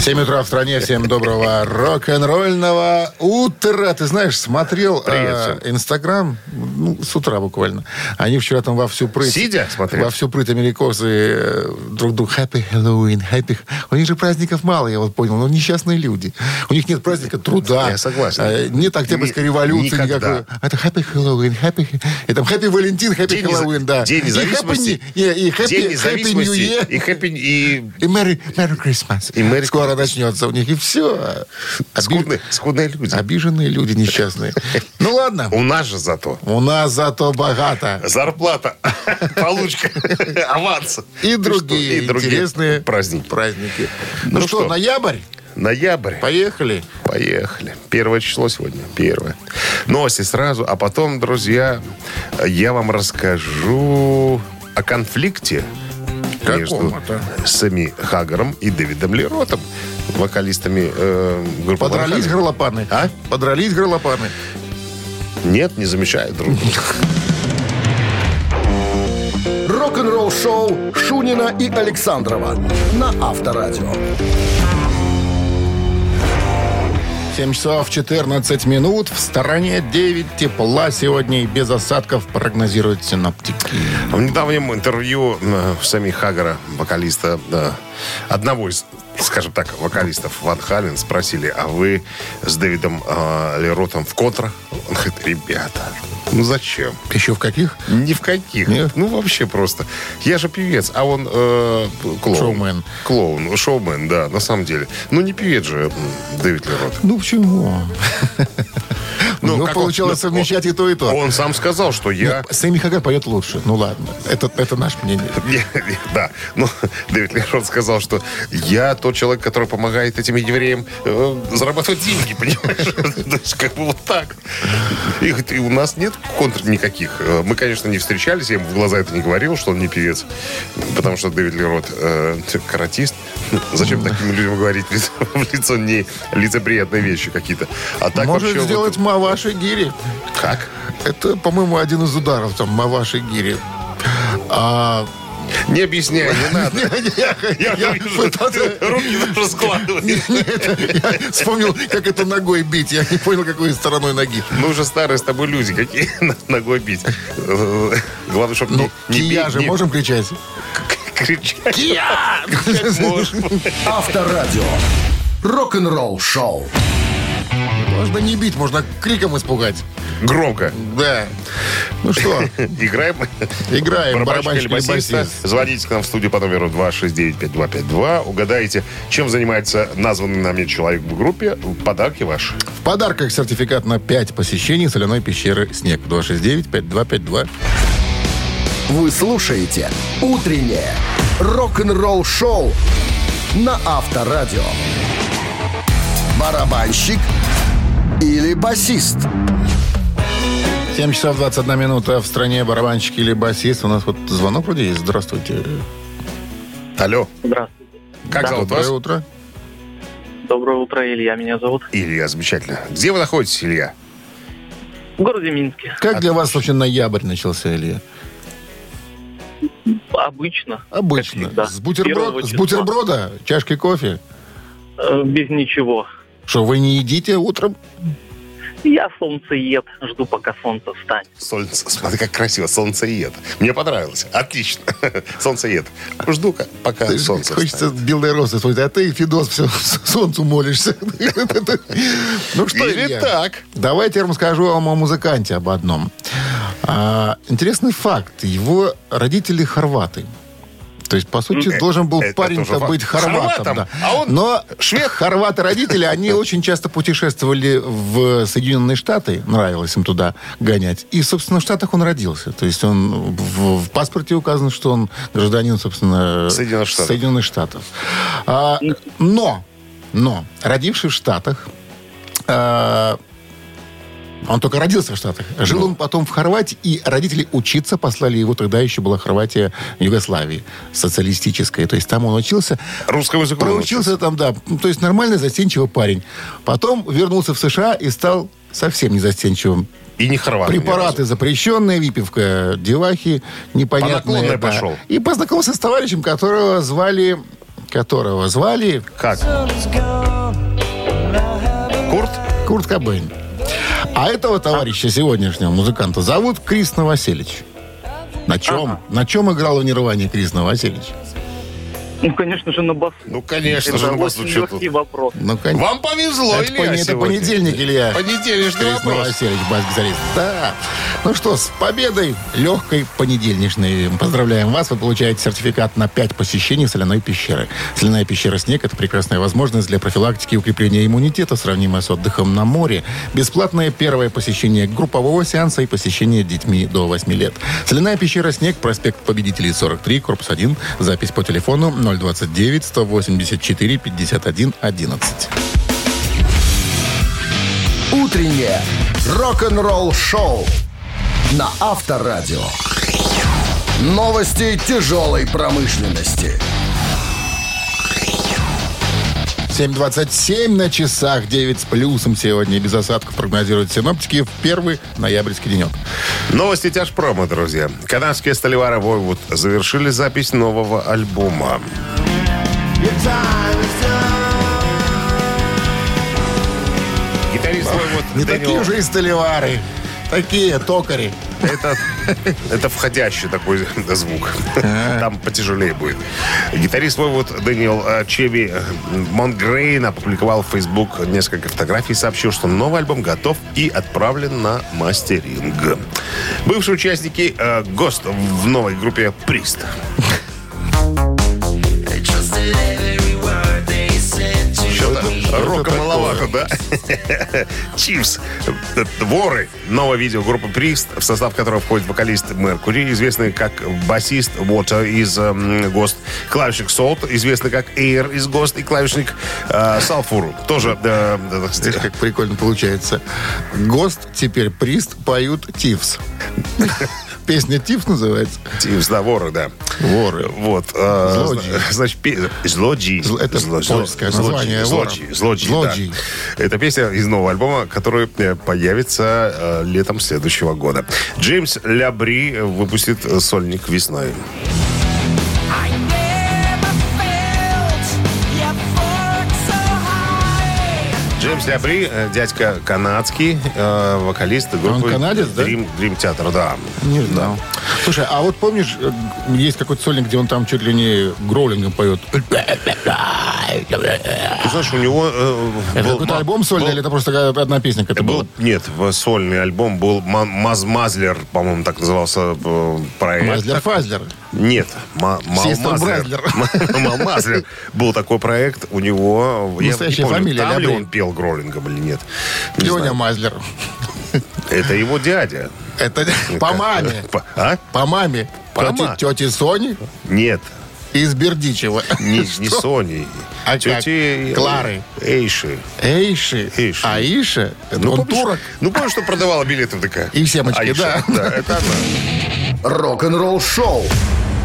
7 утра в стране, всем доброго рок-н-ролльного утра. Ты знаешь, смотрел э, Инстаграм ну, с утра буквально. Они вчера там вовсю прыть. Сидя смотрели? Вовсю прыть америкосы э, друг другу. Happy Хэллоуин, happy... У них же праздников мало, я вот понял. Но несчастные люди. У них нет праздника труда. Я согласен. Э, нет октябрьской Ни- революции никогда. никакой. Это Happy Хэллоуин, Happy... И там Happy Валентин, Happy День, неза- Хэллоуин, да. День И happy независимости. New- и- и Happy- Happy New День независимости. Year. И хэппи... И... И Merry, Merry Christmas. И Merry Скоро начнется у них, и все. Скудные, скудные люди. Обиженные люди несчастные. Ну ладно, У нас же зато. у нас зато богато. Зарплата, получка, аванс. И Ты другие, что, и другие интересные праздники. праздники. Ну, Ну что, что? ноябрь? Ноябрь. Поехали. Поехали. Первое число сегодня. Первое. Новости сразу. А потом, друзья, я вам расскажу о конфликте Каком между это? Сэмми Хагером и Дэвидом Леротом, вокалистами э, группы Ван Подрались Хalen. горлопаны. А? Подрались горлопаны. Нет, не замечают друг друга. Рок-н-ролл-шоу Шунина и Александрова на Авторадио. 7 часов 14 минут. В стороне 9 тепла сегодня и без осадков прогнозируют синоптики. А В недавнем интервью э, Сэмми Хаггара, вокалиста, э, одного из, скажем так, вокалистов Ван Хален, спросили, а вы с Дэвидом э, Леротом в контрах? Он говорит, ребята, ну зачем? Еще в каких? Ни в каких. Нет? Ну, вообще просто. Я же певец, а он э, клоун. Шоумен. Клоун, шоумен, да, на самом деле. Ну, не певец же м, Дэвид Лерот. Ну почему? Ну, Ну, как он- получалось ну, совмещать и то, и то. Он сам сказал, что я... Ну, Сэмми Хагар поет лучше. Ну ладно, это, это наше мнение. Не, не, Да, ну, Дэвид Лерон сказал, что я тот человек, который помогает этим евреям э, зарабатывать деньги, понимаешь? То есть, как бы вот так. И, говорит, и у нас нет контр никаких. Э, Мы, конечно, не встречались, я ему в глаза это не говорил, что он не певец, потому что Дэвид Лерот э, каратист. Зачем таким людям говорить в лицо- в лицо не лицеприятные вещи какие-то? А так Может вообще вот- сделать Маваши Гири. Как? Это, по-моему, один из ударов, там, Маваши Гири. А, Не объясняй, не надо. я- Я, я вижу, пытался- ты руки даже складываешь. я вспомнил, как это ногой бить. Я не понял, какой стороной ноги. Мы уже старые с тобой люди, какие нас ногой бить. Э, Главное, чтобы Ну, не, не кия бить, же не можем кричать? кричать. Авторадио. Рок-н-ролл-шоу. Можно не бить, можно криком испугать. Громко. Да. Ну что, Играем. играем. Барабанщик Барабанщик или или басиста. басист? Звоните к нам в студию по номеру 269-5252. Угадайте, чем занимается названный нами человек в группе. Подарки ваши. В подарках сертификат на 5 посещений соляной пещеры «Снег». 269-5252. Вы слушаете «Утреннее рок-н-ролл-шоу» на Авторадио. Барабанщик или басист? 7 часов 21 минута в стране барабанщик или басист. У нас вот звонок вроде есть. Здравствуйте. Алло. Здравствуйте. Как зовут Доброе А вас? утро. Доброе утро, Илья меня зовут. Илья, замечательно. Где вы находитесь, Илья? В городе Минске. Как для вас вообще ноябрь начался, Илья? Обычно. Обычно. всегда. С, бутерброд- Первого с числа. бутерброда, чашки кофе. э, без ничего. Что, вы не едите утром? Я солнцеед. Жду, пока солнце встанет. Солнце, смотри, как красиво, солнцеед. Мне понравилось. Отлично. Солнцеед. Жду-ка, пока Ты же солнце. Хочется белые розы смотреть, а ты, Фидос, все, солнцу молишься. Ну что, Или Илья, так. Давайте я вам скажу вам о музыканте об одном. А, Интересный факт. Его родители хорваты. То есть, по сути, Э, должен был э, это парень-то тоже факт. быть хорватом. Хорватом, да. а он Но швед, хорваты родители, они очень часто путешествовали в Соединенные Штаты, нравилось им туда гонять. И, собственно, в Штатах он родился. То есть он в, в паспорте указано, что он гражданин, собственно, Соединенных Штатов. Соединенных Штатов. А, но, но, родивший в Штатах, а, Он только родился в Штатах. Ну. Жил он потом в Хорватии, и родители учиться послали его. Тогда еще была Хорватия Югославии, социалистическая. То есть там он учился. Русскому языку он Проучился там, да. Ну, То есть нормальный застенчивый парень. Потом вернулся в США и стал совсем не застенчивым. И не хорват. Препараты запрещенные, выпивка, девахи, непонятные. По наклонной пошел. И познакомился с товарищем, которого звали... Которого звали Как? Курт? Курт Кобейн. А этого товарища сегодняшнего музыканта зовут Крис Новоселич. На чем? На чем играл в Нирване Крис Новоселич? Ну, конечно же, на басу. Ну, конечно же, Это на басу очень что легкий тут. вопрос. Ну, конечно. Вам повезло, это, Илья, пони- это сегодня. понедельник, Илья. Понедельничный Крис вопрос. Новоселич, бас-гитарист. Да. Ну что, с победой легкой понедельничной. Поздравляем вас. Вы получаете сертификат на 5 посещений соляной пещеры. Соляная пещера «Снег» — это прекрасная возможность для профилактики и укрепления иммунитета, сравнимая с отдыхом на море. Бесплатное первое посещение группового сеанса и посещение детьми до 8 лет. Соляная пещера «Снег», проспект Победителей 43, корпус 1. Запись по телефону 029 184 51 11. Утреннее рок-н-ролл-шоу на Авторадио. Новости тяжелой промышленности. 7.27 на часах, 9 с плюсом сегодня. Без осадков прогнозируют синоптики в первый ноябрьский денек. Новости тяжпрома, друзья. Канадские столевары Войвуд завершили запись нового альбома. Гитарист Войвуд Не Дэниел- такие уже и столевары. Такие токари. Это, это входящий такой звук. Там потяжелее будет. Гитарист Войвуд Дэниел э, Чеви э, Монтгрейн опубликовал в Facebook несколько фотографий и сообщил, что новый альбом готов и отправлен на мастеринг. Бывшие участники э, ГОСТ в новой группе «Прист». Что-то рока маловато, да? Чивс. Воры. Новое видео группы Прист, в состав которого входит вокалист Меркури, известный как басист Water из эм, Гост, клавишник Солт, известный как Эйр из Гост, и клавишник э, Салфуру. Тоже, э, да, так Здесь как сказать, прикольно получается. ГОСТ, теперь Прист поют Тивс. Песня Тивс называется. Тивс, да, воры, э, да. Воры. Вот. э, Злоджи. зна- Значит, пе- Злоджи. Зл- это польское название вора. Злоджи. Злоджи, Злоджи. да. Это песня из нового альбома, который э, появится э, летом следующего года. Джеймс Лябри выпустит э, сольник весной. Джеймс Лябри, э, дядька канадский, э, вокалист группы канадец, да? Dream, Dream Theater, да. Не знал. Слушай, а вот помнишь, э, есть какой-то сольник, где он там чуть ли не гроулингом поет? Ты знаешь, у него... э, Это был какой-то ма- альбом сольный был- или это просто какая-то одна песня? Это Был, нет, в- сольный альбом был Ма- Маз Мазлер, по-моему, так назывался э, проект. Мазлер Фазлер. Нет, Ма- Мал Систер Мазлер. Бразлер. Мал Мазлер. Был такой проект у него. Я Настоящая не помню, фамилия, Там ли Лябри. он пел гроулингом или нет? Не Леня знаю. Мазлер. Это его дядя. Это Ну, по маме. По- А? По маме. По Тети- ма- Тети Сони Нет, из Бердичева. не, не Сони. А как? Клары. Эйши. Эйши. Эйши. Аиша. Это он помнишь- турок. Ну, помнишь, что продавала билеты в ДК? И семечки, да. Да, это она. Рок-н-ролл-шоу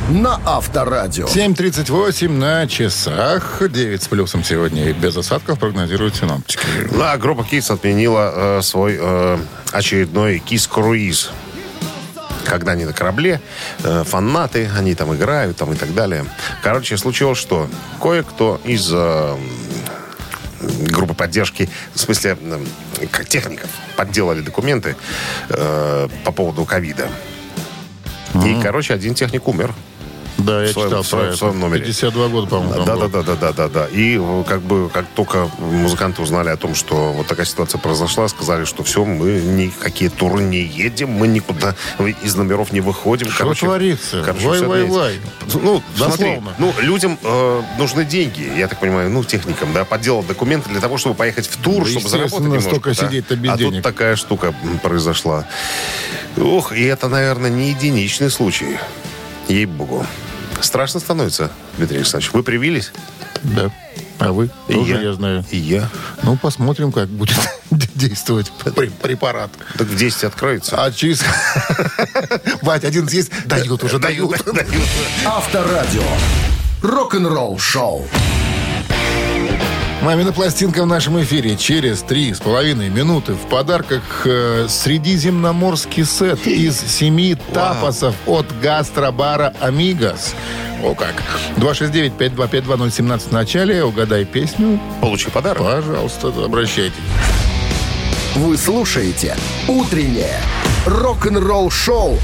на Авторадио. 7.38 на часах. 9 с плюсом сегодня. И без осадков прогнозируют синоптики. Да, Ну, а группа Кис отменила э, свой э, очередной Кис-круиз. Когда они на корабле, э, фанаты, они там играют там и так далее. Короче, случилось, что кое-кто из э, группы поддержки, в смысле, э, как техников, подделали документы э, по поводу ковида. И, короче, один техник умер. Да, я В своем- читал про в своем- в это. своем номере. 52 года, по-моему, там Да, да, было. да, да, да, да, да. И э, как бы как только музыканты узнали о том, что вот такая ситуация произошла, сказали, что все, мы никакие туры не едем, мы никуда из номеров не выходим. Что творится? всё Вай-вай-вай. отменяется. Ну, смотри, Дословно. ну, людям э, нужны деньги, я так понимаю, ну, техникам, да, подделал документы для того, чтобы поехать в тур, Да, чтобы заработать естественно, немножко. столько да. сидеть-то без а денег. тут такая штука м, произошла. Ох, и это, наверное, не единичный случай. Ей-богу. Страшно становится, Дмитрий Александрович. Вы привились? Да. А вы? И Тоже я. я знаю. И я. Ну, посмотрим, как будет действовать пр- препарат. Так в 10 откроется. А через... Бать, один есть, дают уже, дают. дают. Авторадио. Рок-н-ролл шоу. Мамина пластинка в нашем эфире через три с половиной минуты. В подарках э, средиземноморский сет из семи тапосов от гастробара «Амигос». О как. 269-525-2017 в начале. Угадай песню. Получи подарок. Пожалуйста, обращайтесь. Вы слушаете «Утреннее рок-н-ролл-шоу»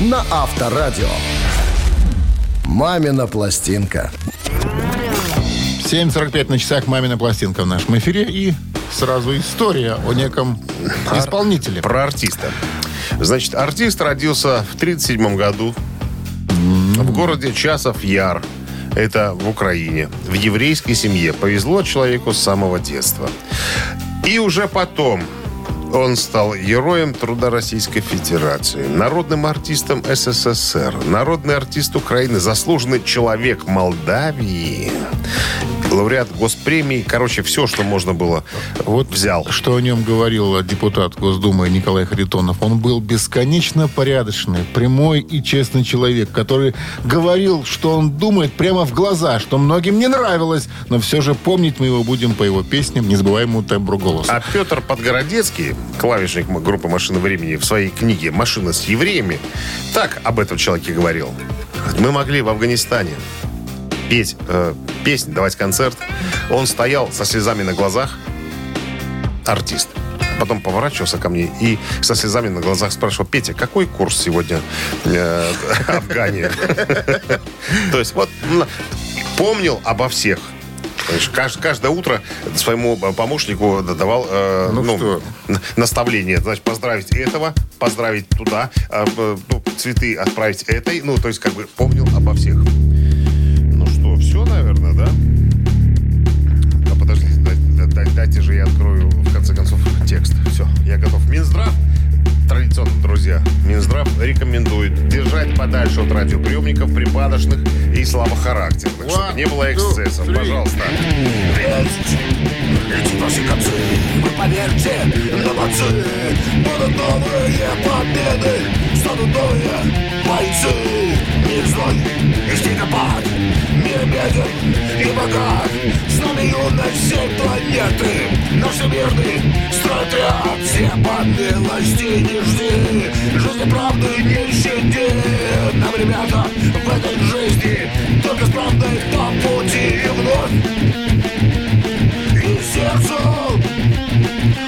на Авторадио. «Мамина пластинка». 7.45 на часах «Мамина пластинка» в нашем эфире. И сразу история о неком исполнителе. Про артиста. Значит, артист родился в 1937 году в городе Часов Яр. Это в Украине. В еврейской семье. Повезло человеку с самого детства. И уже потом он стал героем труда Российской Федерации, народным артистом СССР, народный артист Украины, заслуженный человек Молдавии, лауреат госпремии. Короче, все, что можно было, вот взял. Что о нем говорил депутат Госдумы Николай Харитонов. Он был бесконечно порядочный, прямой и честный человек, который говорил, что он думает прямо в глаза, что многим не нравилось, но все же помнить мы его будем по его песням, незабываемому тембру голоса. А Петр Подгородецкий, клавишник м- группы «Машина времени» в своей книге «Машина с евреями» так об этом человеке говорил. Мы могли в Афганистане петь э, песни, давать концерт. Он стоял со слезами на глазах, артист. Потом поворачивался ко мне и со слезами на глазах спрашивал, Петя, какой курс сегодня э, Афгания? То есть вот м, помнил обо всех. Понимаешь, каж- Каждое утро своему э, помощнику давал э, Ну ну, что? н- наставление. Значит, поздравить этого, поздравить туда, а, э, ну, цветы отправить этой. Ну, то есть, как бы помнил обо всех. Ну что, все, наверное, да? А подожди, дай- дай- дай- дайте же я открою, в конце концов, текст. Все, я готов. Минздрав, традиционно, друзья, Минздрав рекомендует держать подальше от радиоприемников припадочных и слабохарактерных, чтобы One, не было two, эксцессов. three. Пожалуйста. Эти ваши концы, вы поверьте, на молодцы Будут новые победы, станут новые бойцы Мир злой и снегопад, мир беден и богат С нами юность всей планеты, наш всемирный стройотряд Все по милости не жди, жизни правды не щади Нам, ребята, в этой жизни только с правдой по пути и вновь и сердцу,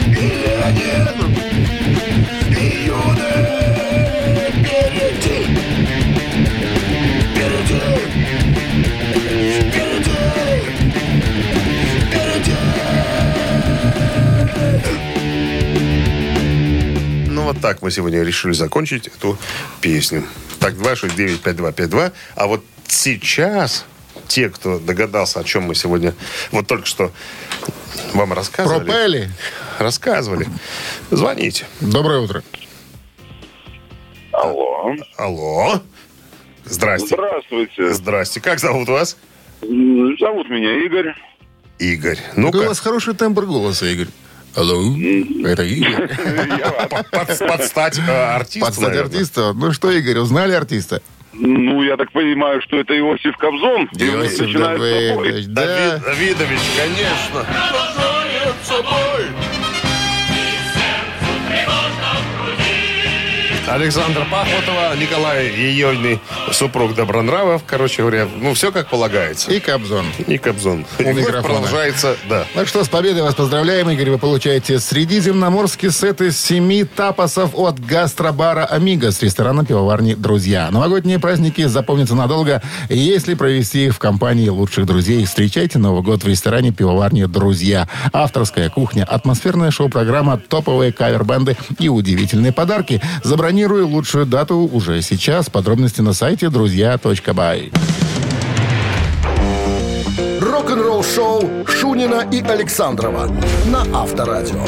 и Ленин, и юный впереди, впереди, впереди, впереди. Ну вот так мы сегодня решили закончить эту песню. Так, 269-5252. А вот сейчас те, кто догадался, о чем мы сегодня вот только что вам рассказывали. Пропели. Рассказывали. Звоните. Доброе утро. Алло. Алло. Здрасте. Здравствуйте. Здрасте. Как зовут вас? М, Зовут меня Игорь. Игорь. Ну, у Ну-ка, вас хороший тембр голоса, Игорь. Алло, это Игорь. Я рад. под, подстать э, артисту, Подстать наверное. артиста. Ну что, Игорь, узнали артиста? Ну, я так понимаю, что это Иосиф Кобзон. И у нас Иосиф начинается Давыдович, бой. да. Давид- Давидович, конечно. Александра Пахмутова, Николай Ейольный, супруг Добронравов, короче говоря, ну все как полагается. И Кобзон. И Кобзон. У микрофона. продолжается, да. Ну что, с победой вас поздравляем, Игорь. Вы получаете средиземноморский сет из семи тапосов от гастробара «Амиго» с ресторана пивоварни «Друзья». Новогодние праздники запомнятся надолго, если провести их в компании лучших друзей. Встречайте Новый год в ресторане пивоварни «Друзья». Авторская кухня, атмосферная шоу-программа, топовые кавер-бенды и удивительные подарки. Забронируй лучшую дату уже сейчас. Подробности на сайте друзья.бай. Рок-н-ролл-шоу Шунина и Александрова на Авторадио.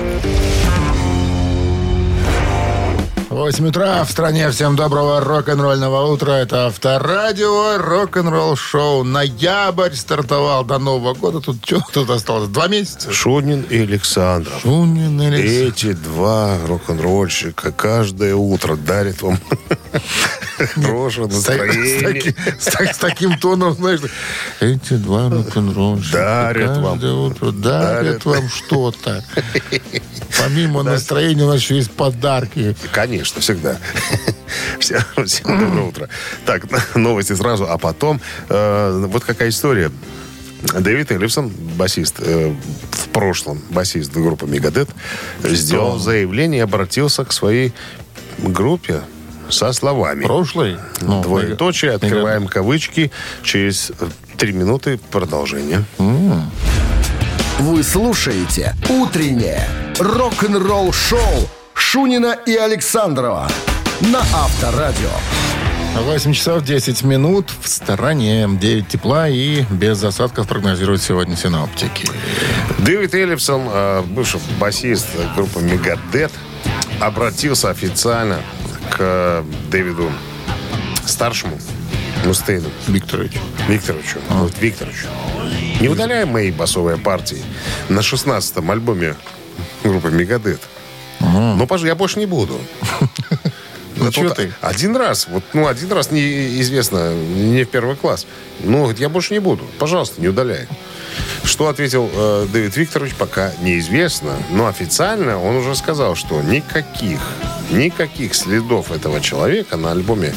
8 утра в стране. Всем доброго рок-н-ролльного утра. Это Авторадио, рок-н-ролл шоу. Ноябрь стартовал до Нового года. Тут что тут осталось? Два месяца? Шунин и Александров. Шунин или... Эти два рок-н-ролльщика каждое утро дарят вам хорошее С, та- с настроение. таки- с так- с таким тоном, знаешь, эти два рок-н-ролльщика Дарят вам. каждое утро дарят Дарят. вам что-то. Помимо настроения у нас еще есть подарки. Конечно, всегда. Всем, всем доброе утро. Так, новости сразу, а потом э, вот какая история. Дэвид Эллипсон, басист, э, в прошлом басист группы Мегадет, сделал заявление и обратился к своей группе со словами. Прошлый? ну, Двоеточие, открываем кавычки, через э, три минуты продолжение. Вы слушаете «Утреннее рок-н-ролл-шоу» Шунина и Александрова на Авторадио. 8 часов 10 минут в стороне 9 тепла и без осадков прогнозируют сегодня синоптики. Дэвид Эллипсон, э, бывший басист группы Мегадет, обратился официально к э, Дэвиду старшему Мустейну Викторович. Викторовичу. Вот Викторовичу. Не удаляем мои басовые партии на 16-м альбоме группы Мегадет. Но, пожалуй, я больше не буду. Ну, Это чё вот ты? Один раз, вот, ну, один раз неизвестно, не в первый класс. Ну, говорит, я больше не буду. Пожалуйста, не удаляй. Что ответил э, Дэвид Викторович, пока неизвестно. Но официально он уже сказал, что никаких, никаких следов этого человека на альбоме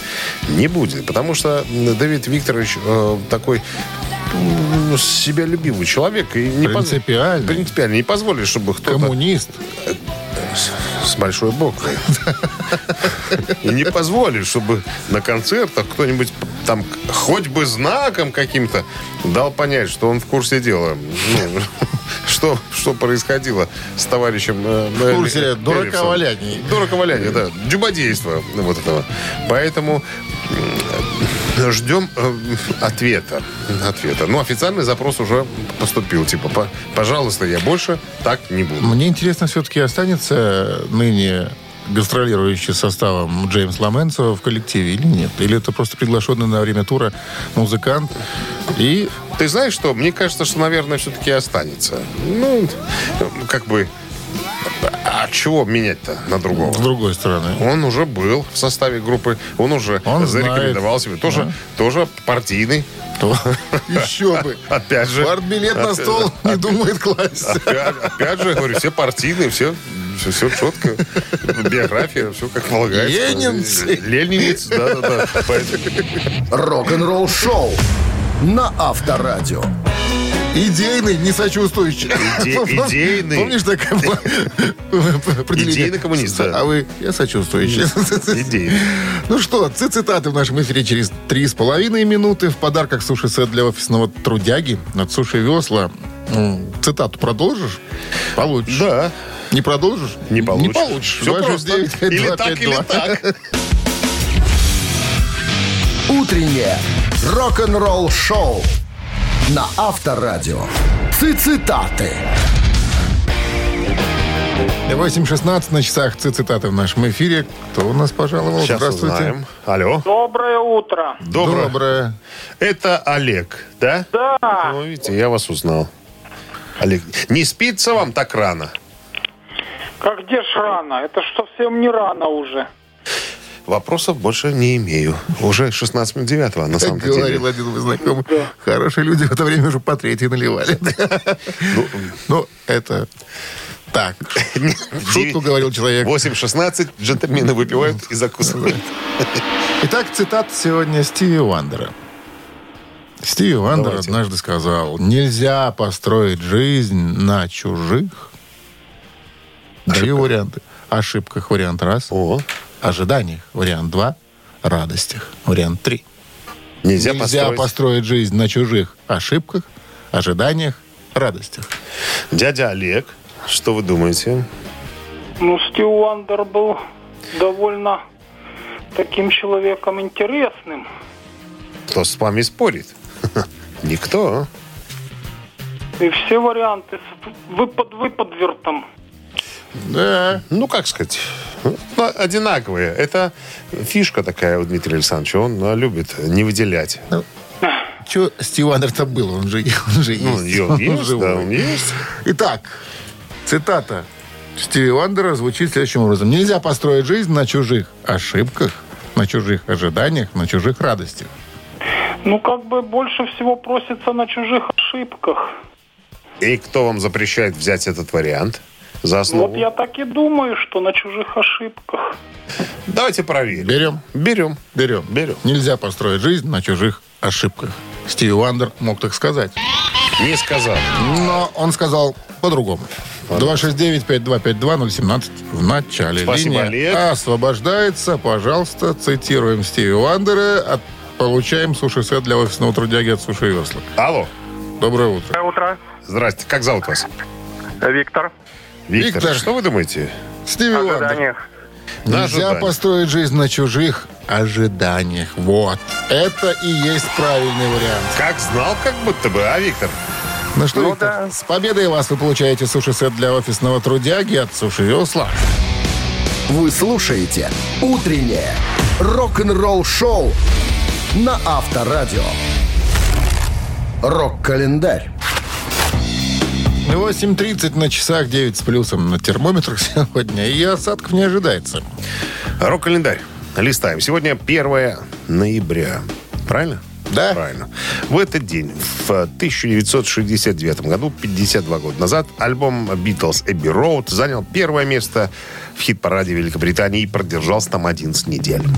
не будет. Потому что м, Дэвид Викторович э, такой м, себя любимый человек. И не поз- Принципиальный. принципиально. Не позволит, чтобы кто-то Коммунист. с большой буквы. И не позволит, чтобы на концертах кто-нибудь там хоть бы знаком каким-то дал понять, что он в курсе дела. Ну, что, что происходило с товарищем... э, В курсе Эллипсом. дураковаляний. Дураковаляний, да. Дюбодейство вот этого. Поэтому м, ждем э, ответа. Ответа. Ну, официальный запрос уже поступил. Типа, «По- пожалуйста, я больше так не буду. Мне интересно, все-таки останется ныне гастролирующий составом Джеймс Ламенцо в коллективе или нет? Или это просто приглашенный на время тура музыкант? И Ты знаешь что? Мне кажется, что, наверное, все-таки останется. Ну, как бы... А чего менять-то на с другого? другой стороны. Он уже был в составе группы, он уже Он зарекомендовал знает. себя. Тоже, тоже партийный. то Еще бы. Опять же. Партбилет на стол не думает класть. Опять, опять же, говорю, все партийные, все, все, четко. Биография, все как полагается. Ленинцы. Ленинец, да-да-да. Поэтому- Рок-н-ролл-шоу на Авторадио. Идейный, не сочувствующий. Иде- идейный. Помнишь такое было определение? Идейный коммунист, да. А вы, я сочувствующий. Идейный. Ну что, ци- цитаты в нашем эфире через три с половиной минуты. В подарках суши-сет для офисного трудяги от Суши Весла. М, Цитату продолжишь? Получишь. Да. Не продолжишь? Не получишь. Не получишь. Все 29, просто. Или 52, так, 52. или так. Утреннее рок-н-ролл-шоу на Авторадио. Цитаты. 8.16 на часах Ци- цитаты в нашем эфире. Кто у нас пожаловал? Сейчас Здравствуйте. узнаем. Алло. Доброе утро. Доброе. Доброе. Это Олег, да? Да, Ну, видите, я вас узнал. Олег, не спится вам так рано? как где ж рано? Это ж совсем не рано уже. Вопросов больше не имею. Уже 16 минут девятого, на Как самом говорил деле. один мой знакомый, хорошие люди в это время уже по третьей наливали. Ну, это так. В Шутку девять- говорил человек. 8.16, джентльмены выпивают и закусывают. Итак, цитат сегодня Стиви Вандера. Стиви Вандер Давайте. однажды сказал, нельзя построить жизнь на чужих. Даю варианты. Ошибках вариант раз. О, Ожиданиях вариант два. Радостях вариант три. нельзя, Нельзя построить. построить жизнь на чужих ошибках, ожиданиях, радостях. Дядя Олег, что вы думаете? Ну, Стив Уандер был довольно таким человеком интересным. Кто с вами спорит? Никто. И все варианты с выпад выпадвертом. Да. Ну, как сказать, ну, одинаковые. Это фишка такая у Дмитрия Александровича. Он э, любит не выделять. Че Стиванер-то был? Он же, он же Ну, есть. он есть, живой. да, он есть. Итак, цитата Стиви Вандера звучит следующим образом. Нельзя построить жизнь на чужих ошибках, на чужих ожиданиях, на чужих радостях. Ну, как бы больше всего просится на чужих ошибках. И кто вам запрещает взять этот вариант за основу? Вот я так и думаю, что на чужих ошибках. Давайте проверим. Берем, Берем. берем, Берем. Нельзя построить жизнь на чужих ошибках. Стиви Вандер мог так сказать. Не сказал. Но он сказал по-другому. 269-5252-017 в начале. Спасибо, Линия Олег. освобождается. Пожалуйста, цитируем Стиви Вандера. От- получаем суши-сет для офисного трудяги от Суши Весла. Алло. Доброе утро. Доброе утро, Здрасте. Как зовут вас? Виктор. Виктор. Виктор. Что вы думаете? Стиви Вандер. Ожиданиях. На Нельзя ожиданиях. построить жизнь на чужих ожиданиях. Вот. Это и есть правильный вариант. Как знал, как будто бы, а, Виктор? Ну что, Ну Виктор, да. с победой вас вы получаете суши-сет для офисного трудяги от Суши Весла. Вы слушаете «Утреннее рок-н-ролл-шоу» на Авторадио. Рок-календарь. 8.30 на часах, 9 с плюсом на термометрах сегодня. И осадков не ожидается. Рок-календарь. Листаем. Сегодня 1 ноября. Правильно? Да. Правильно. В этот день, в 1969 году, 52 года назад, альбом Beatles Abbey Road занял первое место в хит-параде Великобритании и продержался там 11 недель.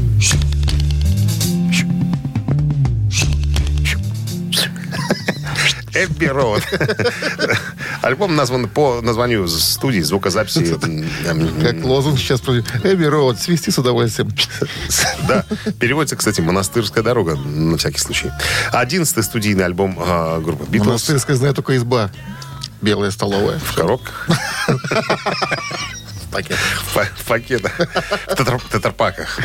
Эбби Роуд. Альбом назван по названию студии звукозаписи. м, Как лозунг сейчас Э, прозвучит. Эбби Роуд, свисти с удовольствием. Да, переводится, кстати, «Монастырская дорога», на всякий случай. Одиннадцатый студийный альбом э, группы «Битлз» Монастырская знаю только изба. Белая столовая. в коробках. В пакетах. В пакетах. В тетр- тетрапаках.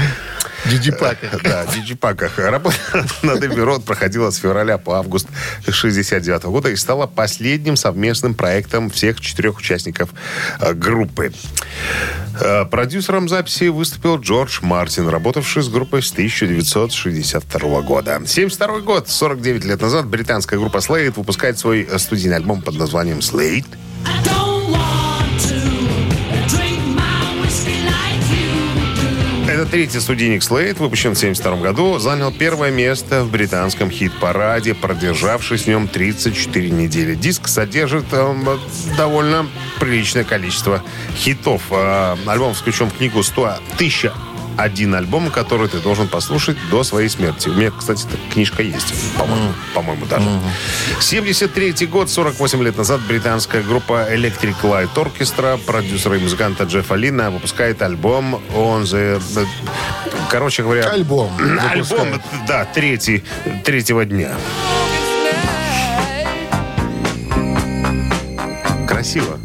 Дидипака. Да, в диджипаках. Работа над Эбби Роуд проходила с февраля по август 69 года и стала последним совместным проектом всех четырех участников э, группы. Э, Продюсером записи выступил Джордж Мартин, работавший с группой с 1962 года. 72 год, 49 лет назад, британская группа Slade выпускает свой э, студийный альбом под названием «Slade». Это третий студийник Слейд, выпущен в 1972 году, занял первое место в британском хит-параде, продержавшись в нем 34 недели. Диск содержит эм, довольно приличное количество хитов. Э, альбом включен в книгу 100 тысяча один альбом, который ты должен послушать до своей смерти. У меня, кстати, эта книжка есть, по-моему, по-моему даже. 73 год, 48 лет назад, британская группа Electric Light Orchestra, продюсера и музыканта Джеффа Лина, выпускает альбом «On the...» Короче говоря... Альбом. Альбом, да, третий, третьего дня. Красиво.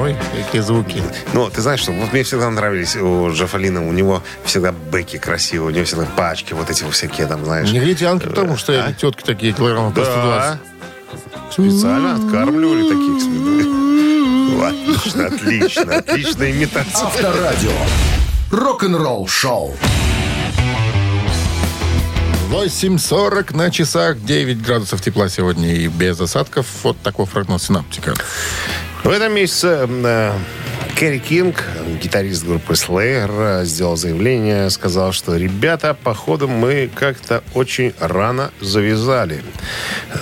Ой, какие звуки. Ну, ты знаешь, что вот мне всегда нравились у Джеффа Лина, у него всегда бэки красивые, у него всегда пачки вот эти вот всякие там, знаешь. Негритянки, потому что эти тетки такие типа, килограмма по 120. Да. Специально откармливали таких. Отлично, отлично, отличная имитация. Авторадио. Рок-н-ролл-шоу. 8.40 на часах, 9 градусов тепла сегодня и без осадков. Вот такой прогноз синаптика. В этом месяце м, э, Кэрри Кинг, гитарист группы Slayer, э, сделал заявление, сказал, что «Ребята, походу, мы как-то очень рано завязали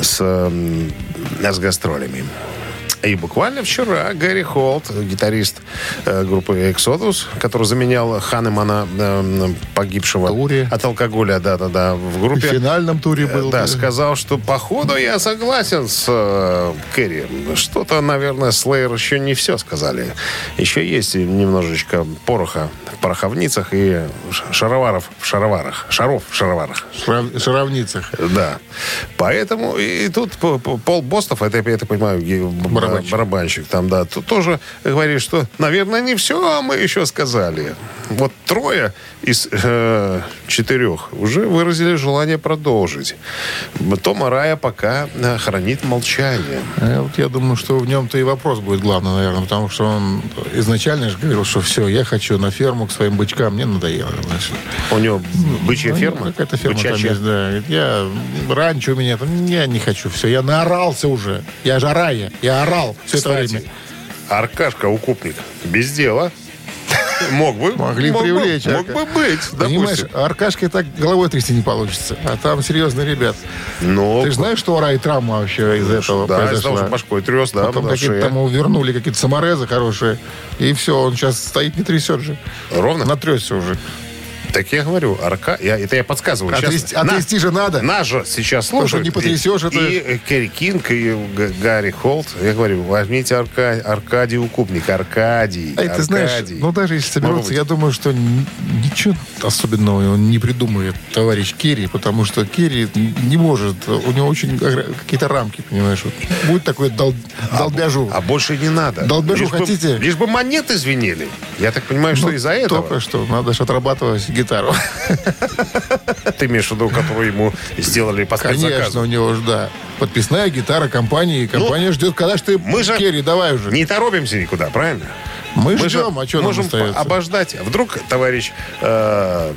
с, м, с гастролями». И буквально вчера Гэри Холт, гитарист э, группы Exodus, который заменял Ханемана, э, погибшего Туре. от алкоголя, да-да-да, в В группе, финальном туре был. да, сказал, что походу я согласен с э, Кэрри. Что-то, наверное, Слеер еще не все сказали. Еще есть немножечко пороха в пороховницах и ш- шароваров в шароварах. Шаров в шароварах. Шрав- шаровницах. Да. Поэтому и тут п- п- Пол Бостов, это я это понимаю, ге- б- барабанщик. барабанщик там, да, то тоже говорит, что, наверное, не все мы еще сказали. Вот трое из э, четырех уже выразили желание продолжить. Тома Рая пока э, хранит молчание. Э, Вот я думаю, что в нем-то и вопрос будет главный, наверное, потому что он изначально же говорил, что все, я хочу на ферму к своим бычкам, мне надоело. значит. У него бычья Ну, ферма? Какая-то ферма там Бычачья. есть, да. Я раньше у меня там, я не хочу, все, я наорался уже. Я же арая, я орал все это Кстати, время. Аркашка Укупник без дела. Мог бы. Могли мог бы- привлечь. Мог Арка- бы быть, Понимаешь, допустим. Аркашке так головой трясти не получится. А там серьезные ребят. Но Ты же знаешь, что у Раи травма вообще из этого да, из-за того, произошла? что башкой трес, да, Потом была какие-то шея. там ему вернули какие-то саморезы хорошие. И все, он сейчас стоит, не трясет же. Ровно? Натресся уже. Так я говорю, арка, я, это я подсказываю. Сейчас Отвести, на- отвести а же надо. Нас же сейчас Потому что слушают. не потрясешь, и, это- И э, Кэрри Кинг, и Г- Гарри Холт. Я говорю, возьмите Арка- Аркадий Укупник. Аркадий. Эй, ты знаешь, Аркадий. ну даже если Может соберутся, быть. я думаю, что н- ничего особенного он не придумает товарищ Керри, потому что Керри не может, у него очень огр- какие-то рамки, понимаешь, вот. будет такой дол- долбяжу. А больше не надо. Долбежу Лишь бы- хотите? лишь бы монеты звенели. Я так понимаю, что Ну, из-за этого. Только что, надо же отрабатывать гитару. Ты имеешь в виду, которую ему сделали по Конечно, ну, спецзаказу. у него же, да, подписная гитара компании, и компания ждет, когда ж ты, Ну, мы же- Керри, давай уже. Не торопимся никуда, правильно? Мы же ждем, а что нам можем остается? обождать. Вдруг товарищ э,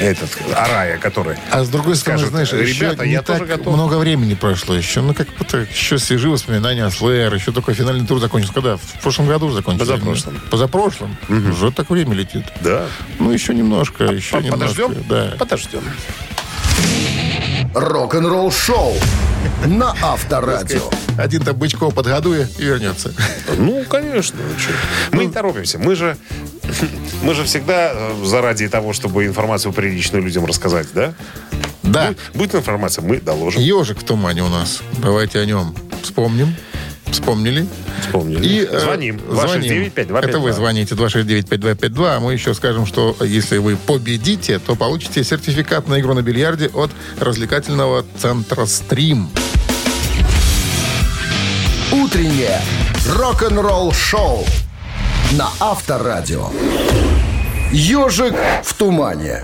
этот Арая, который А с другой стороны, скажет, знаешь, еще ребята, не я так тоже готов. много времени прошло еще. Ну, как бы так, еще свежие воспоминания о Slayer, еще только финальный тур закончился. Когда? В прошлом году уже закончился. Позапрошлом. Позапрошлом. Уже так время летит. Да. Ну, еще немножко, еще По- немножко. Подождем? Да. Подождем. Рок-н-ролл-шоу на Авторадио. Один-то Бычков подгодуя и вернется. Ну, конечно. а чё? Ну, Мы не торопимся. Мы же, мы же всегда э, заради того, чтобы информацию приличную людям рассказать, да? Да. Будет информация, мы доложим. Ежик в тумане у нас. Давайте о нем вспомним. Вспомнили. Вспомнили. И, э, звоним. 269-5252. Это вы звоните 269-5252. А мы еще скажем, что если вы победите, то получите сертификат на игру на бильярде от развлекательного центра «Стрим». Утреннее рок-н-ролл-шоу на Авторадио. Ежик в тумане.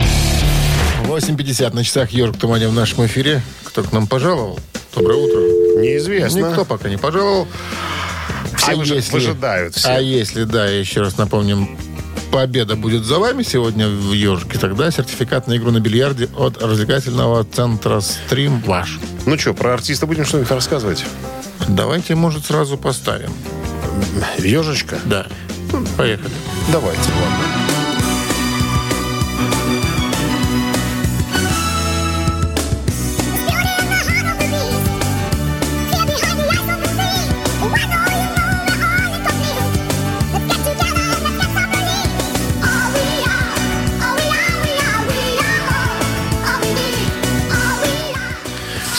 8.50 на часах «Ежик в тумане» в нашем эфире. Кто к нам пожаловал? Доброе утро. Неизвестно. Никто пока не пожаловал. Все выжи- выжидают все. А если, да, еще раз напомним, победа будет за вами сегодня в «Ежике», тогда сертификат на игру на бильярде от развлекательного центра «Стрим» ваш. Ну что, про артиста будем что-нибудь рассказывать? Давайте, может, сразу поставим. Ежечка? Да. Поехали. Давайте, ладно.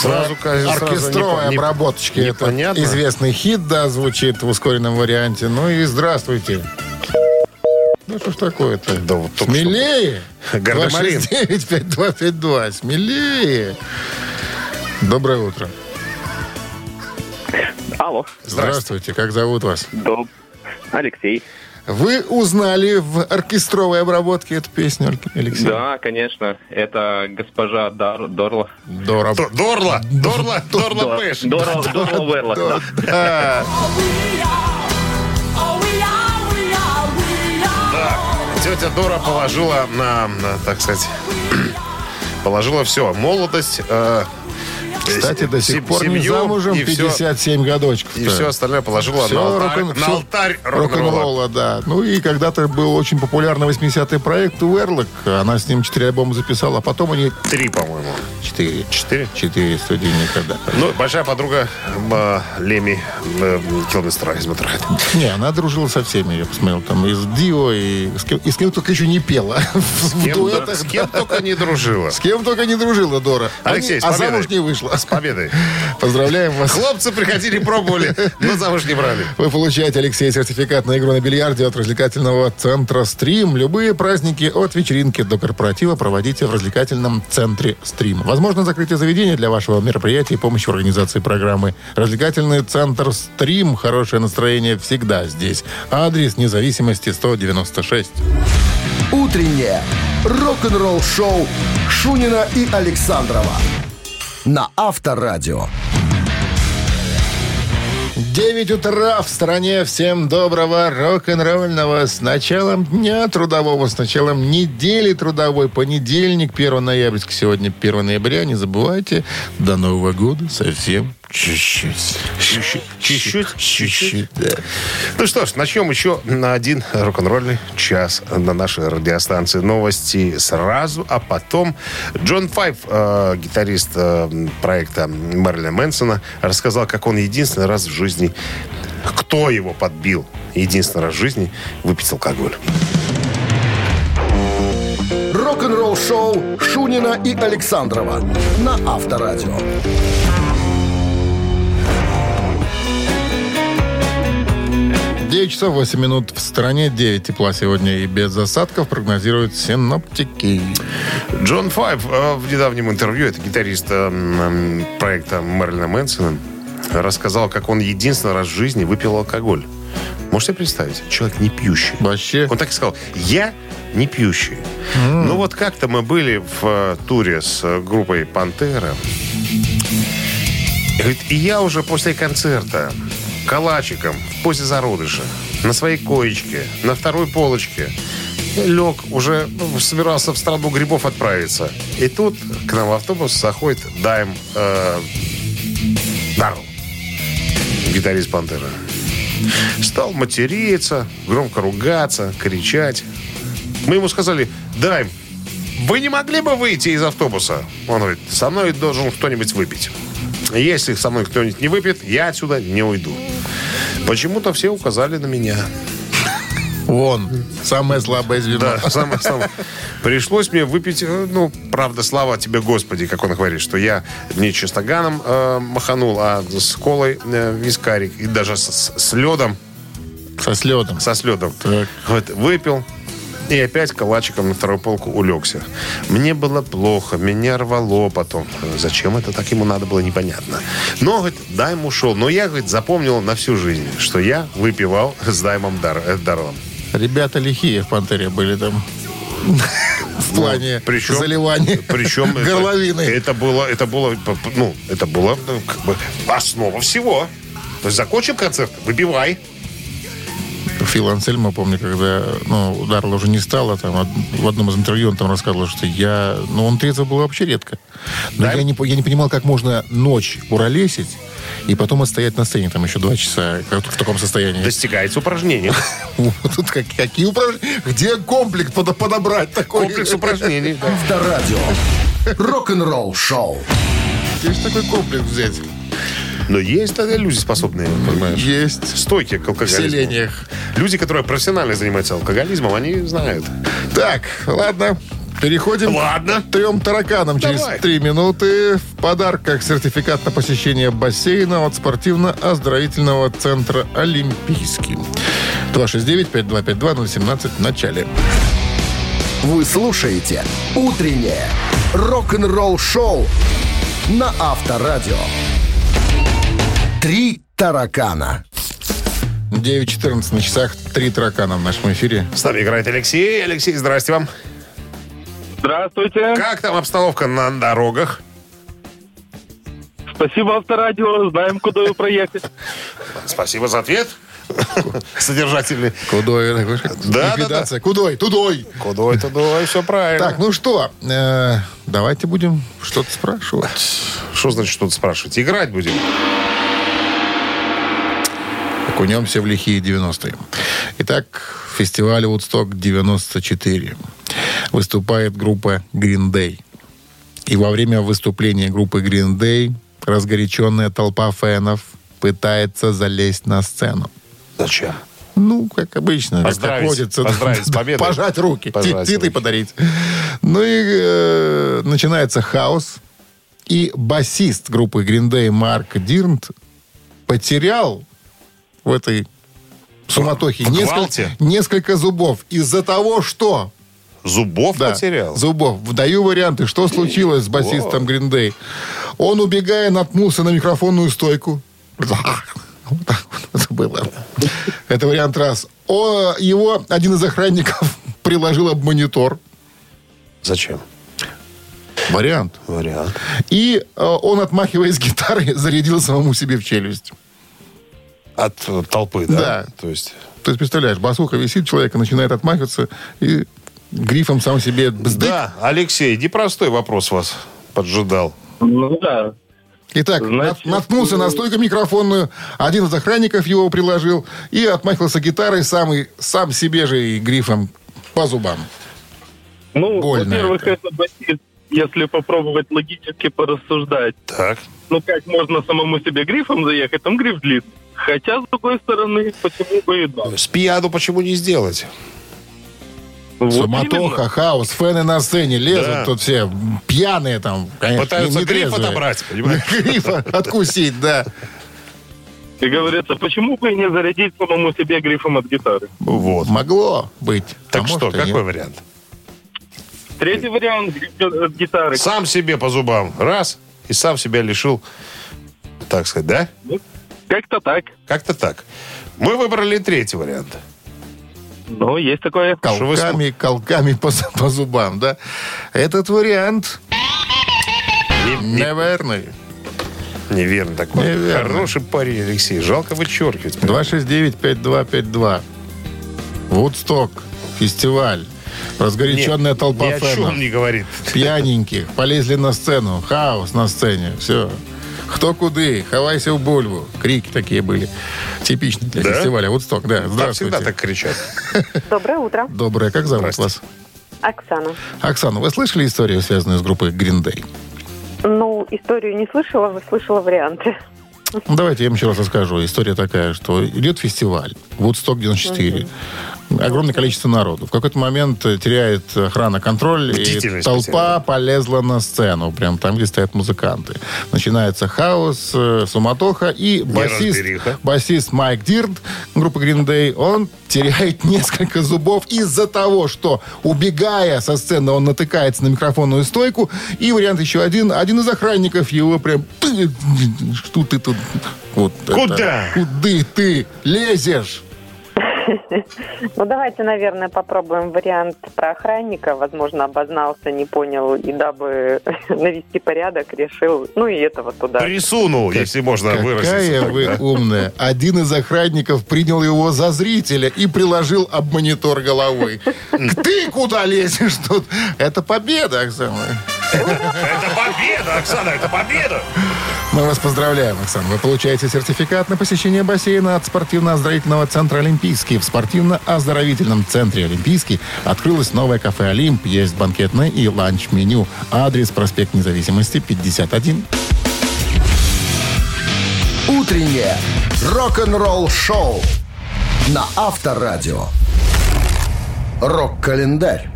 Сразу, кажется, сразу Оркестровой не по- не- обработочки. Это непонятно. известный хит, да, звучит в ускоренном варианте. Ну и здравствуйте. Ну что ж такое-то? Да вот только Смелее! Гардемарин. 269-5252. Смелее! Доброе утро. Алло. Здравствуйте, как зовут вас? Доб. Алексей. Вы узнали в оркестровой обработке эту песню, Алексей? Да, конечно. Это госпожа Дар, Дорла. Дорого. Д- Дорла! Дорла! Дорла Пэш! Дорла, Дорла Верла. да. Да. Тетя Дора положила на, на, так сказать, положила все. Молодость, э, Кстати, до сих сем- пор не семью замужем, и всё. 57 годочков. И все остальное положила Всё на алтарь, рок-н- на всё алтарь рок-н-ролла. рок-н-ролла, да. Ну и когда-то был очень популярный 80-й проект Уэрлок. Она с ним 4 альбома записала, а потом они Три, по-моему. 4. Четыре? 4 студийника, да. Ну, большая подруга э, Леми э, Килмистера из Моторхед. Не, она дружила со всеми, я посмотрел, там, и с Дио, и с кем, и с кем только еще не пела. В Кем- дуэтах. С кем только не дружила. С кем только не дружила Дора. Алексей, Они- с а победой. замуж не вышла. С победой. Поздравляем вас. Хлопцы приходили, пробовали, но замуж не брали. Вы получаете, Алексей, сертификат на игру на бильярде от развлекательного центра «Стрим». Любые праздники от вечеринки до корпоратива проводите в развлекательном центре «Стрим». Возможно закрытие заведения для вашего мероприятия и помощь в организации программы. Развлекательный центр «Стрим». Хорошее настроение всегда здесь. Адрес независимости 196. Утреннее рок-н-ролл-шоу Шунина и Александрова на Авторадио. 9 утра в стране. Всем доброго рок-н-ролльного. С началом дня трудового, с началом недели трудовой. Понедельник, 1 ноября. Сегодня 1 ноября. Не забывайте. До Нового года совсем чуть-чуть. Чуть-чуть, чуть-чуть. Да. Ну что ж, начнем еще на один рок-н-ролльный час на нашей радиостанции. Новости сразу, а потом Джон Файв, э, гитарист э, проекта Мэрилина Мэнсона, рассказал, как он единственный раз в жизни, кто его подбил, единственный раз в жизни выпить алкоголь. Рок-н-ролл-шоу Шунина и Александрова на Авторадио. 9 часов 8 минут в стране. 9 тепла сегодня и без осадков прогнозируют синоптики. Джон Файв э, в недавнем интервью, это гитарист э, м, проекта Мэрилина Мэнсона, рассказал, как он единственный раз в жизни выпил алкоголь. Можете представить? Человек не пьющий. Вообще. Он так и сказал, я не пьющий. Ну вот как-то мы были в э, туре с э, группой «Пантера». И говорит, и я уже после концерта калачиком в позе зародыша на своей коечке, на второй полочке лег, уже ну, собирался в страну грибов отправиться. И тут к нам в автобус заходит Дайм э, Даррелл, гитарист «Пантеры». Стал материться, громко ругаться, кричать. Мы ему сказали, Дайм, вы не могли бы выйти из автобуса? Он говорит, со мной должен кто-нибудь выпить. Если со мной кто-нибудь не выпьет, я отсюда не уйду. Почему-то все указали на меня. Вон. Самое слабое звено. Да, самое самое. Пришлось мне выпить, э, ну, правда, слава тебе, Господи, как он говорит, что я не чистоганом э, маханул, а с колой э, вискарик и даже с, с- с ледом, Со слетом. со следом. Так. Вот, выпил и опять калачиком на вторую полку улегся. Мне было плохо, меня рвало потом. Зачем это так ему надо было, непонятно. Но, говорит, Дайм ушел. Но я, говорит, запомнил на всю жизнь, что я выпивал с Даймом Дар- э, Дарлом. Ребята лихие в «Пантере» были там. В плане причем- заливания Причем Ну, это- горловины. Это, было, это было, п- п- ну, это было ну, как бы основа всего. То есть закончим концерт, выбивай. Фил Ансельмо, помню, когда ну, Дарла уже не стало, там, од- в одном из интервью он там рассказывал, что я... Ну, он трезво был вообще редко. Но я, не, по- я не понимал, как можно ночь уролесить и потом отстоять на сцене там еще два часа как- в таком состоянии. Достигается упражнение. Вот тут как- какие упражнения? Где комплект подо- подобрать такой? Комплекс упражнений. да. Авторадио. Рок-н-ролл-шоу. Где ж такой комплекс взять? Но есть тогда люди способные, понимаешь? Есть. Стойки к В алкоголизму. селениях. Люди, которые профессионально занимаются алкоголизмом, они знают. Так, ладно. Переходим Ладно. к трем тараканам через Давай. три минуты. В подарках сертификат на посещение бассейна от спортивно-оздоровительного центра «Олимпийский». 269-5252-017 в начале. Вы слушаете «Утреннее рок-н-ролл-шоу» на Авторадио. «Три таракана». 9.14 на часах. Три таракана в нашем эфире. С нами играет Алексей. Алексей, здрасте вам. Здравствуйте. Как там обстановка на дорогах? Спасибо авторадио. Знаем, куда вы проехали. Спасибо за ответ. Содержательный. Кудой. такой, да, да. ликвидация. Кудой, тудой. Кудой, тудой, все правильно. Так, ну что, э, давайте будем что-то спрашивать. Что значит что-то спрашивать? Играть будем? Окунемся в лихие 90-е. Итак, фестиваль Woodstock 94. Выступает группа Green Day. И во время выступления группы Green Day разгоряченная толпа фенов пытается залезть на сцену. Зачем? Ну, как обычно, как Поздравить, водится. поздравить с победой. Пожать руки, Пожать ти- титы руки. подарить. Ну и э, начинается хаос. И басист группы Green Day Марк Дирнт потерял в этой суматохе В несколько, гвалте? несколько зубов из-за того, что Зубов Да, потерял? Зубов. Даю варианты, что случилось с басистом Гриндей. Он, убегая, наткнулся на микрофонную стойку. Вот так вот это было. Это вариант раз. О, его один из охранников приложил об монитор. Зачем? Вариант. Вариант. И э, он, отмахиваясь гитарой, зарядил самому себе в челюсть. От э, толпы, да? Да. То есть... То есть, представляешь, басуха висит, человек начинает отмахиваться и грифом сам себе бздык. Да, Алексей, непростой вопрос вас поджидал. Ну да. Итак, Значит, нат- наткнулся э, на стойку микрофонную, один из охранников его приложил и отмахивался гитарой сам, и- сам себе же и грифом по зубам. Ну, Больно во-первых, это, басист, если попробовать логически порассуждать. Так. Ну, как можно самому себе грифом заехать, там гриф длит. Хотя, с другой стороны, почему бы и да. С пьяну почему не сделать? Вот Суматоха, хаос, фэны на сцене лезут Да. тут все пьяные там, конечно, Пытаются не гриф трезвые. отобрать, понимаешь? Грифа откусить, да. именно. И говорится, почему бы и не зарядить самому себе грифом от гитары. Вот. Могло быть. а Так может, что, и нет. какой вариант? Третий вариант гриф от гитары. Сам себе по зубам. Раз. И сам себя лишил, так сказать, да? Как-то так. Как-то так. Мы выбрали третий вариант. Но Ну, есть такое. Что вы Колками, колками по, зу- по зубам, да? Этот вариант... Неверный. Неверно такой. Неверно. Хороший парень, Алексей. Жалко вычеркивать. 269-5252. Вудсток. Фестиваль. Разгоряченная Нет, толпа ни о фэнов. чем не говорит. Пьяненьких. Полезли на сцену. Хаос на сцене. Все. Кто куды? Хавайся в бульву. Крики такие были. Типичные для Да? фестиваля. Вудсток, да. Там Здравствуйте. всегда так кричат. Доброе утро. Доброе. Как зовут Здрасте. Оксана. вас? Оксана, вы слышали историю, связанную с группой Green Day? Ну, историю не слышала, слышала варианты. Ну, Давайте я вам еще раз расскажу. История такая, что идет фестиваль Woodstock 94. Огромное количество народу. В какой-то момент э, теряет охрана контроль, и Бдительность толпа потеряла. полезла на сцену, прям там, где стоят музыканты. Начинается хаос, э, суматоха, и басист, Неразбериха. басист Майк Дирт группы Green Day, он теряет несколько зубов из-за того, что, убегая со сцены, он натыкается на микрофонную стойку. И вариант еще один. Один из охранников его прям... «Ты, Что ты тут... Вот это, Куда? куды ты лезешь? Ну, давайте, наверное, попробуем вариант про охранника. Возможно, обознался, не понял, и дабы навести порядок, решил, ну, и этого туда. Присунул, если можно Какая А выразиться. так, вы да. умная. Один из охранников принял его за зрителя и приложил об монитор головой. Ты куда лезешь тут? Это победа, Оксана. Это победа, Оксана, это победа! Мы вас поздравляем, Оксан. Вы получаете сертификат на посещение бассейна от спортивно-оздоровительного центра «Олимпийский». В спортивно-оздоровительном центре «Олимпийский» открылось новое кафе «Олимп». Есть банкетное и ланч-меню. Адрес проспект независимости, 51. Утреннее рок-н-ролл-шоу на Авторадио. Рок-календарь.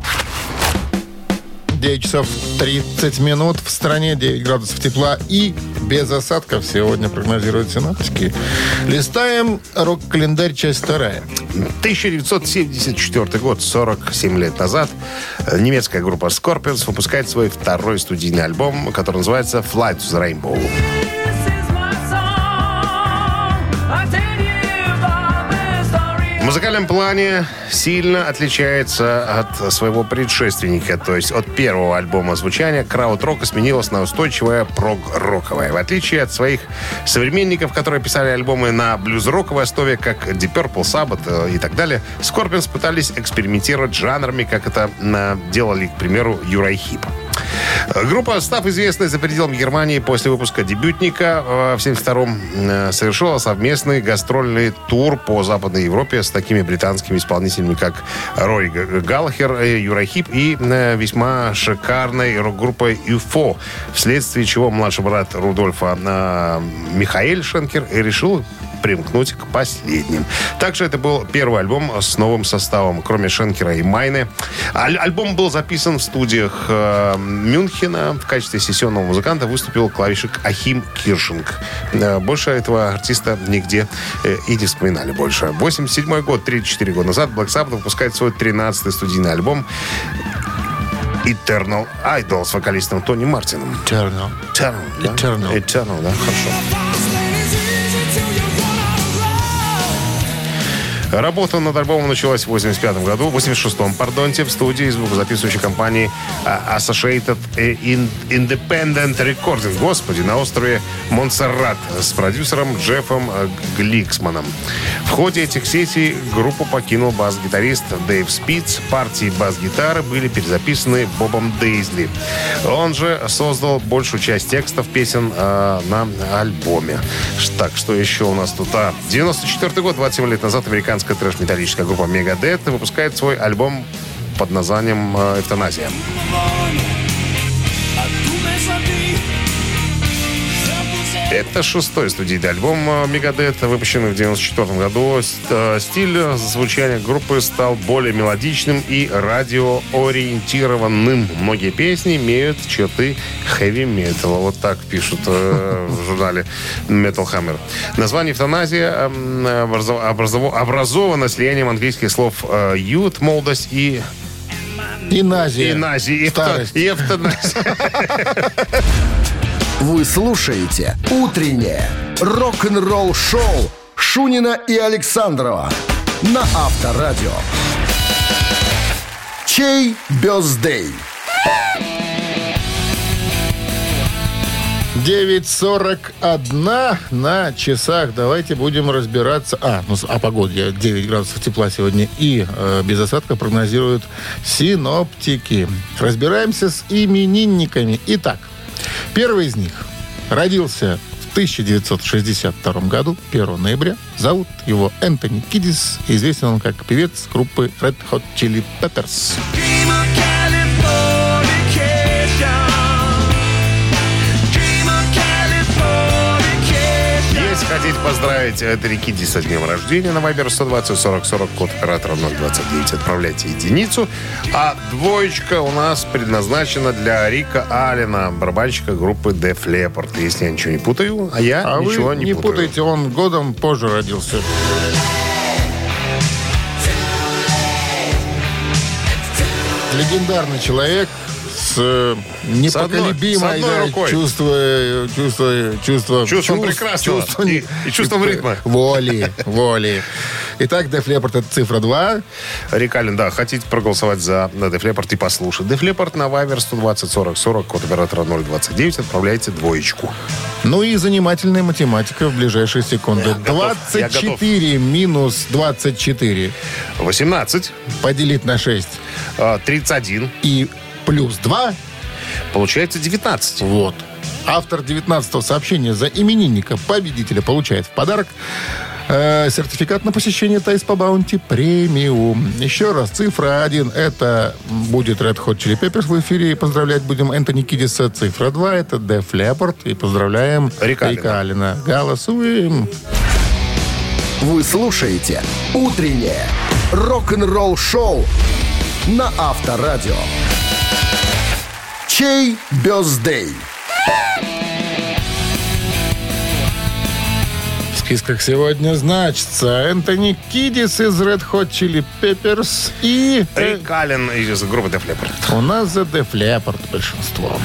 9 часов 30 минут. В стране 9 градусов тепла и без осадков сегодня прогнозируют синоптики. Листаем рок-календарь, часть вторая. 1974 год, 47 лет назад, э, немецкая группа Scorpions выпускает свой второй студийный альбом, который называется «Flight to the Rainbow». В музыкальном плане сильно отличается от своего предшественника, то есть от первого альбома звучания крауд-рока сменилось на устойчивое прог-роковое. В отличие от своих современников, которые писали альбомы на блюз-роковой основе, как Deep Purple, Sabbath э, и так далее, Scorpions пытались экспериментировать с жанрами, как это э, делали, к примеру, Юрай Хип. Группа, став известной за пределами Германии после выпуска дебютника э, в 72-м, э, совершила совместный гастрольный тур по Западной Европе с такими британскими исполнителями, как Рори Г- Галлахер, э, Юра Хип и э, весьма шикарной рок-группой UFO, вследствие чего младший брат Рудольфа э, Михаэль Шенкер и решил примкнуть к последним. Также это был первый альбом с новым составом, кроме Шенкера и Майны. Аль- альбом был записан в студиях э, Мюнхена. В качестве сессионного музыканта выступил клавишник Ахим Киршинг. Э, больше этого артиста нигде э, и не вспоминали больше. 87 год, 34 года назад, Black Sabbath выпускает свой 13-й студийный альбом Eternal Idol с вокалистом Тони Мартином. Тернел. Eternal, да? Eternal. Eternal, да, хорошо. Работа над альбомом началась в 85 году, в 86-м, пардонте, в студии звукозаписывающей компании а, Associated In- Independent Recording, господи, на острове Монсеррат с продюсером Джеффом э, Гликсманом. В ходе этих сетей группу покинул бас-гитарист Дэйв Спиц. Партии бас-гитары были перезаписаны Бобом Дейзли. Он же создал большую часть текстов песен э, на альбоме. Ш- Так, что еще у нас тут? А, 94 год, 27 лет назад, американская трэш-металлическая группа Megadeth выпускает свой альбом под названием э, «Эвтаназия». Это шестой студийный альбом э, Megadeth, выпущенный в 1994 году. С- э, Стиль э, звучания группы стал более мелодичным и радиоориентированным. Многие песни имеют черты хэви-металла. Вот так пишут э, в журнале Metal Hammer. Название «Эвтаназия» эм, образов- образово- образовано слиянием английских слов э, «ют», «молодость» и И Назия. и «нази», и «эвта- Старость. и «эвтаназия». Вы слушаете «Утреннее рок-н-ролл-шоу» Шунина и Александрова на Авторадио. Чей бездей? 9.41 на часах. Давайте будем разбираться. А, ну, с- о погоде. 9 градусов тепла сегодня и э, без осадка прогнозируют синоптики. Разбираемся с именинниками. Итак, первый из них родился в 1962 году, 1 ноября. Зовут его Энтони Кидис. Известен он как певец группы Red Hot Chili Peppers. Если хотите поздравить Этери Киди со днем рождения на Viber 120 40 40, код оператора 029, отправляйте единицу. А двоечка у нас предназначена для Рика Алина, барабанщика группы Def Leppard. Если я ничего не путаю, а я А ничего вы не, не, путаю. путайте, он годом позже родился. Легендарный человек с э, с непоколебимой одной да, рукой. чувство, э, чувство, чувство, Чувством чувств- прекрасного чувством- и- и чувством ритма. Воли, воли. Итак, Деф Леппорт, это цифра 2. Рик Аллен, да, хотите проголосовать за на Def Leppard и послушать. Def Leppard на Viber 120 40 40, код оператора 029, отправляйте двоечку. Ну и занимательная математика в ближайшие секунды. готов, я готов. 24 минус 24 18, поделить на 6 а, 31, и плюс 2 получается 19. Вот. Автор 19-го сообщения за именинника победителя получает в подарок э, сертификат на посещение Тайс по Баунти премиум. Еще раз, цифра 1 это будет Red Hot Chili Peppers в эфире. И поздравлять будем Энтони Кидиса. Цифра 2 это Def Leppard. И поздравляем Рика Алина. Голосуем. Вы слушаете «Утреннее рок-н-ролл-шоу» на Авторадио. Чей бездей? В списках сегодня значится Энтони Кидис из Red Hot Chili Peppers и... э, Рик Аллен из группы Def Leppard. У нас за Def Leppard большинство.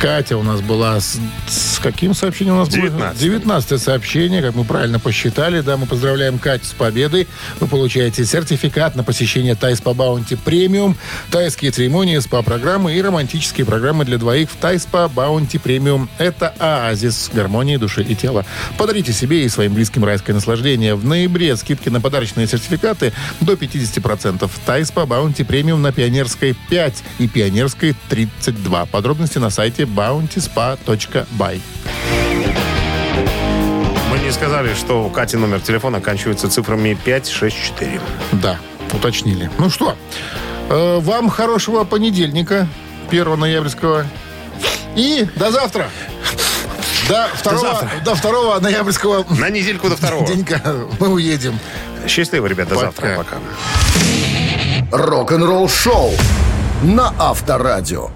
Катя у нас была с, с каким сообщением у нас было? 19. 19 сообщение, как мы правильно посчитали. Да, мы поздравляем Катю с победой. Вы получаете сертификат на посещение Тайс по Баунти Премиум, тайские церемонии, СПА-программы и романтические программы для двоих в Тайс по Баунти Премиум. Это оазис гармонии души и тела. Подарите себе и своим близким райское наслаждение. В ноябре скидки на подарочные сертификаты до 50%. Тайс по Баунти Премиум на Пионерской 5 и Пионерской 32. Подробности на сайте bountyspa.by. Мы не сказали, что у Кати номер телефона оканчивается цифрами 564. Да, уточнили. Ну что, э, вам хорошего понедельника, 1 ноябрьского. И до завтра. До 2, До 2 ноябрьского На недельку до второго. денька мы уедем. Счастливо, ребята, Пока. завтра. Пока. Рок-н-ролл-шоу на Авторадио.